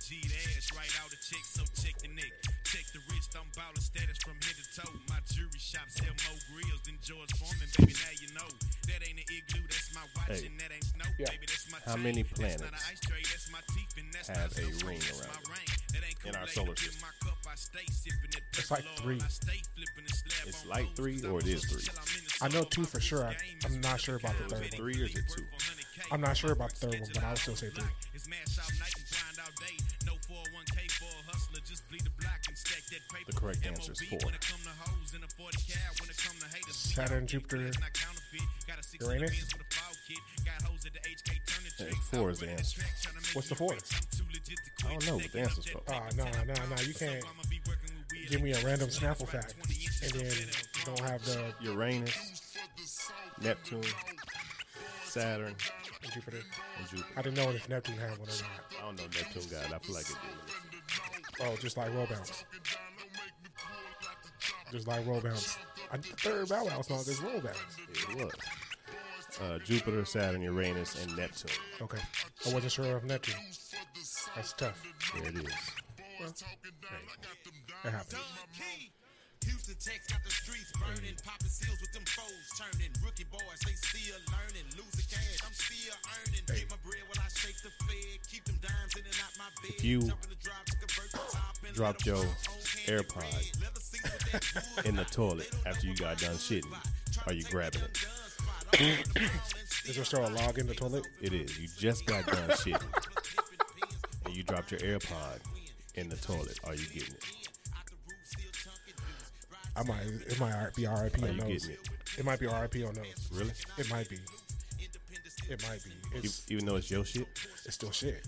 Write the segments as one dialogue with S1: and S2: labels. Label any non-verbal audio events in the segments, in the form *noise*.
S1: G ass right out of check, so check the neck. Check the wrist, I'm ballin' status from head to toe. My jewelry shop sell more grills than George Foreman, baby. Now you know that ain't an igloo, that's my watch,
S2: Hey.
S1: and that ain't snow,
S3: Yeah.
S1: baby. That's my
S2: How
S1: chain.
S2: many
S1: That's not an
S2: planets
S1: ice tray, that's my teeth, and that's
S2: have
S1: not
S2: a
S1: snow,
S2: ring
S1: that's
S2: around
S1: my
S2: it
S1: ring. That ain't
S2: in our
S1: Kool-Aid,
S2: solar
S1: up in
S2: system?
S1: my cup, I stay sippin' it
S3: It's like
S1: Pepsi,
S3: three.
S1: Lord. I stay flippin' the slab
S2: It's
S1: on
S2: like
S1: roads,
S2: three,
S1: stop
S2: or it is
S1: till
S2: three?
S1: I'm in the
S3: I know
S1: soul.
S3: two for sure. I, I'm not sure about the
S2: Was
S3: third
S2: it
S3: one.
S2: three or is it two?
S3: I'm not sure about the third one, but I'll still say three.
S1: It's mash out night and grind all day. No 401k for a hustler, just bleed the block and stack that paper.
S2: The correct answer is
S1: MOB
S2: four.
S1: When it come to hoes and a 40 cal, when it come to haters, we
S3: Saturn,
S1: out here,
S3: Jupiter,
S1: class not counterfeit. Got a six
S3: Uranus?
S1: in the Benz with a foul kit. Got hoes at the HK turning
S2: Yeah,
S1: tricks.
S2: four
S1: I'm
S2: is the
S1: running
S2: answer.
S1: track, tryna make
S3: What's the
S1: me
S3: fourth?
S1: rich. I'm too legit to quit.
S2: I don't know what the
S1: Stacking up
S2: answer's
S1: that
S2: for.
S3: Ah, no, no, no, you can't
S1: I'ma be working with weird
S3: give me a random Snapple fact and then don't have the
S2: Uranus, Neptune, Saturn,
S3: Jupiter.
S2: and Jupiter.
S3: I didn't know if Neptune had one or not.
S2: I don't know Neptune God. I feel like it did.
S3: Oh, just like roll bounce. Just like roll bounce. I did the third bow bounce, not this roll bounce.
S2: It was. Uh, Jupiter, Saturn, Uranus, and Neptune.
S3: Okay. I wasn't sure of Neptune. That's tough.
S2: There it is.
S3: It happened.
S4: Houston Tech's got the streets burning, popping seals with them foes turning. Rookie boys, they still learning. Losing cash, I'm still earning. Get my bread while I shake the fed. Keep them dimes in and out my bed.
S2: you
S4: Jump in the drop to convert the top and
S2: drop
S4: let 'em
S2: your
S4: fly on candy
S2: AirPod
S4: red. Leather seats with that wood
S2: In the
S4: lock. They
S2: toilet
S4: don't
S2: after
S4: know
S2: you
S4: about
S2: got done
S4: hood
S2: shitting.
S4: lot. Try
S2: Are
S4: to
S2: you
S4: take
S2: grabbing
S4: the
S2: it?
S4: undone spot. I'm on the phone and
S3: Is
S4: still
S3: there still a
S4: hot.
S3: log in the toilet?
S2: It is. You just got done shitting, and you dropped your AirPod in the toilet. Are you getting it?
S3: I might. It might be RIP
S2: Are
S3: on
S2: you
S3: those.
S2: getting
S3: It?
S2: it?
S3: might be RIP on those.
S2: Really?
S3: It might be. It might be.
S2: E-
S3: It's,
S2: Even though it's your shit,
S3: it's still shit.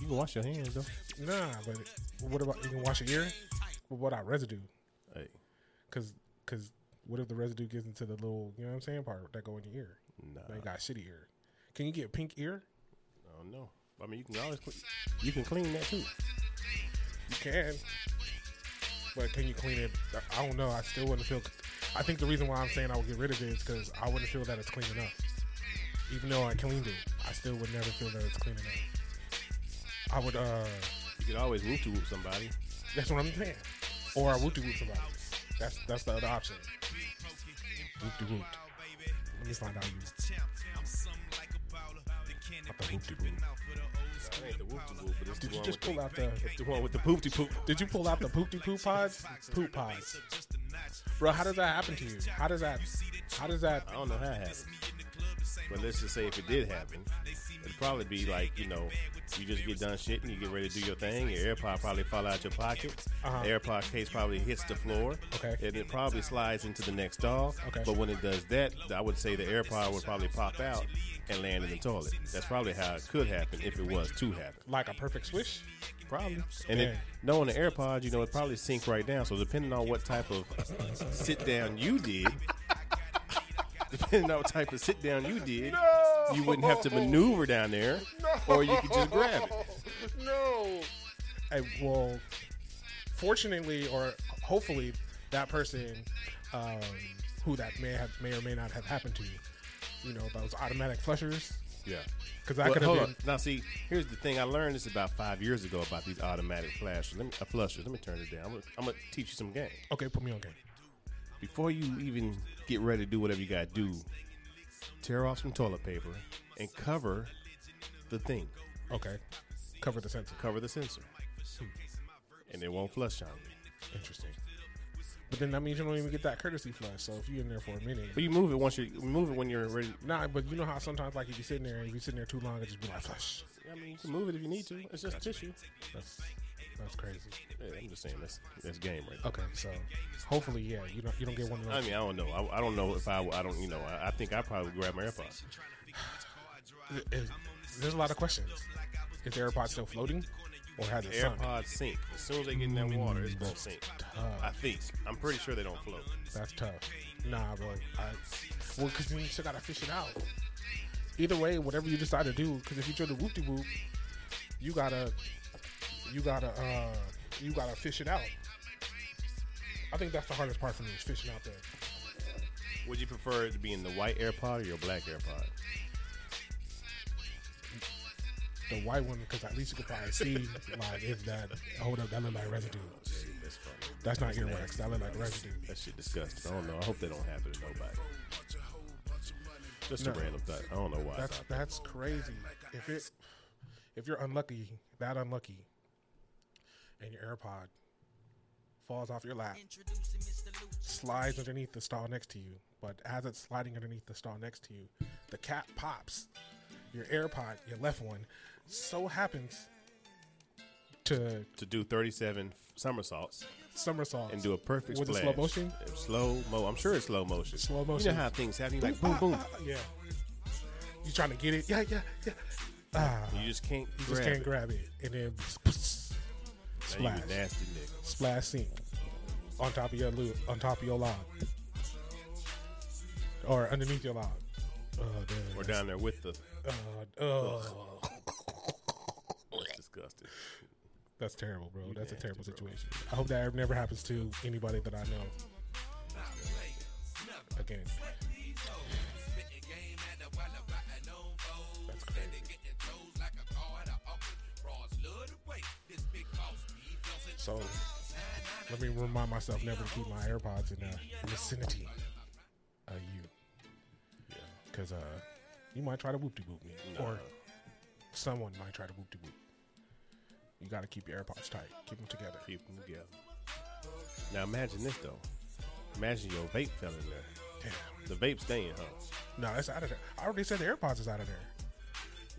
S2: you can wash your hands though.
S3: Nah, but what about you can wash your ear? But what about residue?
S2: Hey,
S3: Cause, cause what if the residue gets into the little, you know what I'm saying, part that go in your ear?
S2: nah.
S3: They got shitty ear. Can you get pink ear?
S2: I don't know. I mean, you can always clean. You can clean that too.
S3: You can, but can you clean it? I- I don't know. I still wouldn't feel. I think the reason why I'm saying I would get rid of it is because I wouldn't feel that it's clean enough. Even though I cleaned it, I still would never feel that it's clean enough. I would. uh
S2: You can always whoop to whoop somebody.
S3: That's what I'm saying. Or I whoop de whoop somebody. That's that's the other option. Whoop de whoop. Let me find out you.
S1: I'm something like a baller. The candy
S3: Not the
S1: paint
S3: hoopty
S1: dripping
S3: hoop.
S1: out for the old school
S2: ain't the hoopty
S1: Impala.
S2: hoop, but it's
S1: I'm
S2: the
S3: Did you
S2: one
S3: just
S2: with
S3: pull out the?
S2: It's the one with the poop de poop.
S3: Did you pull out the poop de poop pods? Poop pods,
S1: just just a notch.
S3: bro. How does that happen to you? How does that? How does that?
S2: I don't know how it happened.
S1: Me in the club, the same
S2: But let's just say if it did happen, it'd probably be like, you know, you just get done shitting, you get ready to do your thing, your AirPod probably fall out your pocket.
S3: Uh-huh.
S2: The AirPod case probably hits the floor.
S3: Okay.
S2: And it probably slides into the next doll.
S3: Okay.
S2: But when it does that, I would say the AirPod would probably pop out and land in the toilet. That's probably how it could happen if it was to happen.
S3: Like a perfect swish?
S2: Probably. And then
S3: Yeah.
S2: knowing the AirPods, you know, it probably sync right down. So depending on what type of sit down you did, *laughs* depending on what type of sit down you did, you wouldn't have to maneuver down there, or you could just grab it.
S3: No. I, well, fortunately or hopefully, that person um, who that may have may or may not have happened to, you know, those automatic flushers.
S2: Yeah.
S3: Because I could have
S2: hold
S3: been.
S2: on. Now, see, here's the thing. I learned this about five years ago about these automatic flashers. Let me, uh, flushers. Let me turn it down. I'm gonna, I'm gonna teach you some game.
S3: Okay, put me on game.
S2: Before you even get ready to do whatever you gotta do, tear off some toilet paper and cover the thing.
S3: Okay, cover the sensor.
S2: cover the sensor, and it won't flush on you.
S3: Interesting. But then that means you don't even get that courtesy flush. So if you're in there for a minute,
S2: But you move it once you you move it when you're ready.
S3: nah. But you know how sometimes like if you're sitting there and you're sitting there too long, it just be like flush.
S2: I mean, you can move it if you need to. It's just tissue.
S3: That's that's crazy.
S2: Yeah, I'm just saying that's that's game right.
S3: Okay, so hopefully, yeah, you don't you don't get one of those.
S2: There. I mean, I don't know. I, I don't know if I. I don't. You know. I, I think I probably grab my AirPod.
S3: Is- there's a lot of questions. Is the AirPod still floating, or has it sunk?
S2: AirPods sink. As soon as they get in that water, it's gonna sink. I think. I'm pretty sure they don't float.
S3: That's tough. Nah, bro. I, well, because then you still gotta fish it out. Either way, whatever you decide to do, because if you try to whoop de whoop, you gotta, you gotta, uh, you gotta fish it out. I think that's the hardest part for me is fishing out there.
S2: Would you prefer it to be in the white AirPod or your black AirPod?
S3: the white women because at least you could probably see like if that hold up that look like residue.
S2: That's funny.
S3: That's not earwax. That look like residue.
S2: That shit disgusting. I don't know. I hope that don't happen to nobody. Just
S3: No.
S2: a random thought. I don't know why. I
S3: That's
S2: thought that.
S3: that's crazy. If it if you're unlucky, that unlucky, and your AirPod falls off your lap,
S4: Introducing Mr. Lucci.
S3: slides underneath the stall next to you. But as it's sliding underneath the stall next to you, the cap pops. Your AirPod, your left one, so happens to
S2: to do 37 somersaults
S3: somersault
S2: and do a perfect
S3: Was it
S2: splash.
S3: slow motion?
S2: It was Slow mo. I'm sure it's slow motion.
S3: Slow
S2: You
S3: motion.
S2: know how things happen. You like
S3: Ooh,
S2: boom,
S3: ah,
S2: boom.
S3: ah, yeah. You trying to get it? Yeah, yeah, yeah. Ah,
S2: You just can't
S3: you
S2: grab
S3: just can't
S2: it.
S3: grab it, and then *laughs*
S2: Now you
S3: splash,
S2: a nasty nigga.
S3: splash scene on top of your loop, on top of your log, or underneath your log. Oh, damn.
S2: Or down there with the.
S3: Uh, oh,
S2: That's disgusting.
S3: that's terrible, bro. That's a terrible situation. I hope that never happens to anybody that I know. Again,
S4: Spitting game at the while of riding on foes.
S3: That's crazy.
S4: Standing getting toes like a car at a auction. Bras love the way this big boss be flossin'.
S3: so let me remind myself never to keep my AirPods in the vicinity of you.
S2: Yeah.
S3: Because uh, you might try to whoop de whoop me, or someone might try to whoop de whoop. You got to keep your AirPods tight, keep them together.
S2: Keep them together. Now imagine this though. Imagine your vape fell in there.
S3: Damn.
S2: The vape's staying, huh?
S3: No, it's out of there. I already said the AirPods is out of there.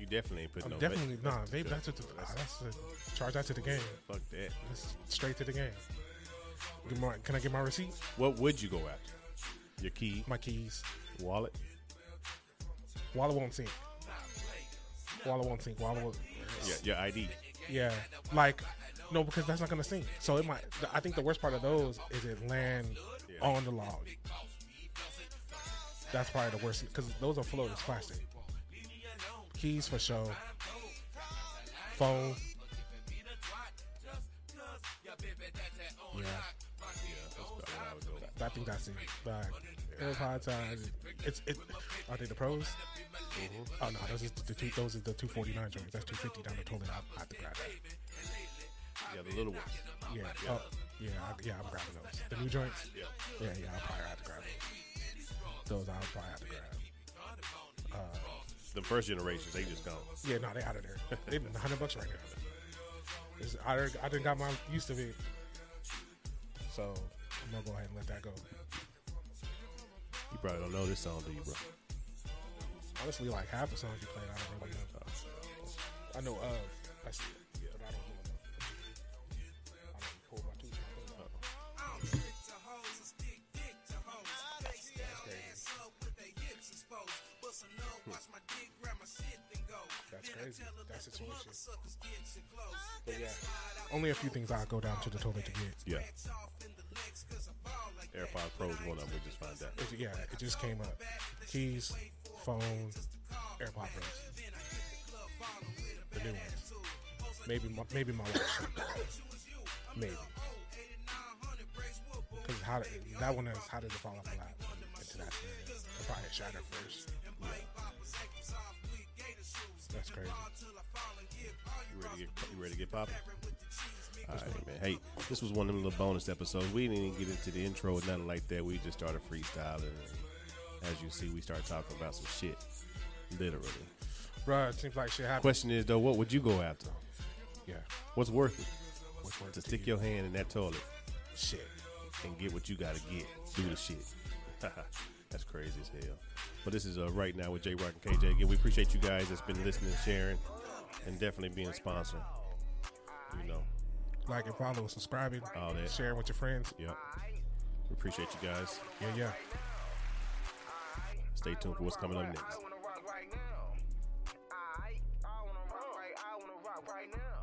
S2: You definitely ain't putting no
S3: I'm definitely
S2: vape.
S3: nah. Vape that's to the, ah, that's a, charge that to the game.
S2: Fuck that.
S3: That's straight to the game. Get my, can I get my receipt?
S2: What would you go after? Your key,
S3: My keys.
S2: wallet.
S3: Wallet won't sink. Wallet won't sink. Wallet. Won't,
S2: Your, your ID.
S3: yeah, like no, because that's not gonna sink. So it might. I think the worst part of those is it land
S2: Yeah.
S3: on the log. That's probably the worst because those are floaters, plastic. Keys for show. Phone. Yeah, I think that's it. Like, AirPods, uh, it's it. Are they the pros? Oh no, those is the two. Those are the two forty nine joints. That's two fifty down the toilet. I, I have to grab that.
S2: Yeah, the little ones.
S3: Yeah, oh, yeah, I, yeah. I'm grabbing those. The new joints.
S2: Yeah.
S3: Yeah, yeah, I'll probably have to grab those. Those I'll probably have to grab.
S2: The first generations, they just gone.
S3: Yeah, no, they out of there. *laughs* They been hundred bucks right now. It's, I done, I done got my used to it, so I'm gonna go ahead and let that go.
S2: You probably don't know this song, do you, bro?
S3: Honestly, like half the songs you played, I don't really know. I know of, that's it, but I don't really know. I done pulled my tooth out. That's crazy. That's situation. But yeah, only a few things I'll go down to the toilet to get.
S2: Yeah. AirPod Pros, one of them. We just found out.
S3: It- yeah, it just came up. Keys, phone, AirPod Pros. The new ones. Maybe my, maybe my watch. maybe. Because how did, that one is how did it fall off a lot into that thing? It probably shattered first. That's crazy.
S2: You ready to get, you ready to get popping? All right, man. Hey, this was one of them little bonus episodes. We didn't even get into the intro or nothing like that. We just started freestyling. And as you see, we started talking about some shit. Literally.
S3: Bruh, it seems like shit happened.
S2: Question is, though, what would you go after?
S3: Yeah.
S2: What's worth it?
S3: What's worth
S2: To
S3: it to
S2: stick
S3: you?
S2: your hand in that toilet
S3: shit.
S2: and get what you got to get. Do the shit. *laughs* That's crazy as hell. But this is uh, right now with J Rock and KJ. Again, we appreciate you guys that's been listening, sharing, and definitely being a sponsor. You know,
S3: Like and follow, subscribing,
S2: All that.
S3: sharing with your friends.
S2: yep. We appreciate you guys.
S3: Yeah, yeah.
S2: Stay tuned for what's coming up next.
S5: I wanna rock right now. I I wanna rock right. I wanna rock right now.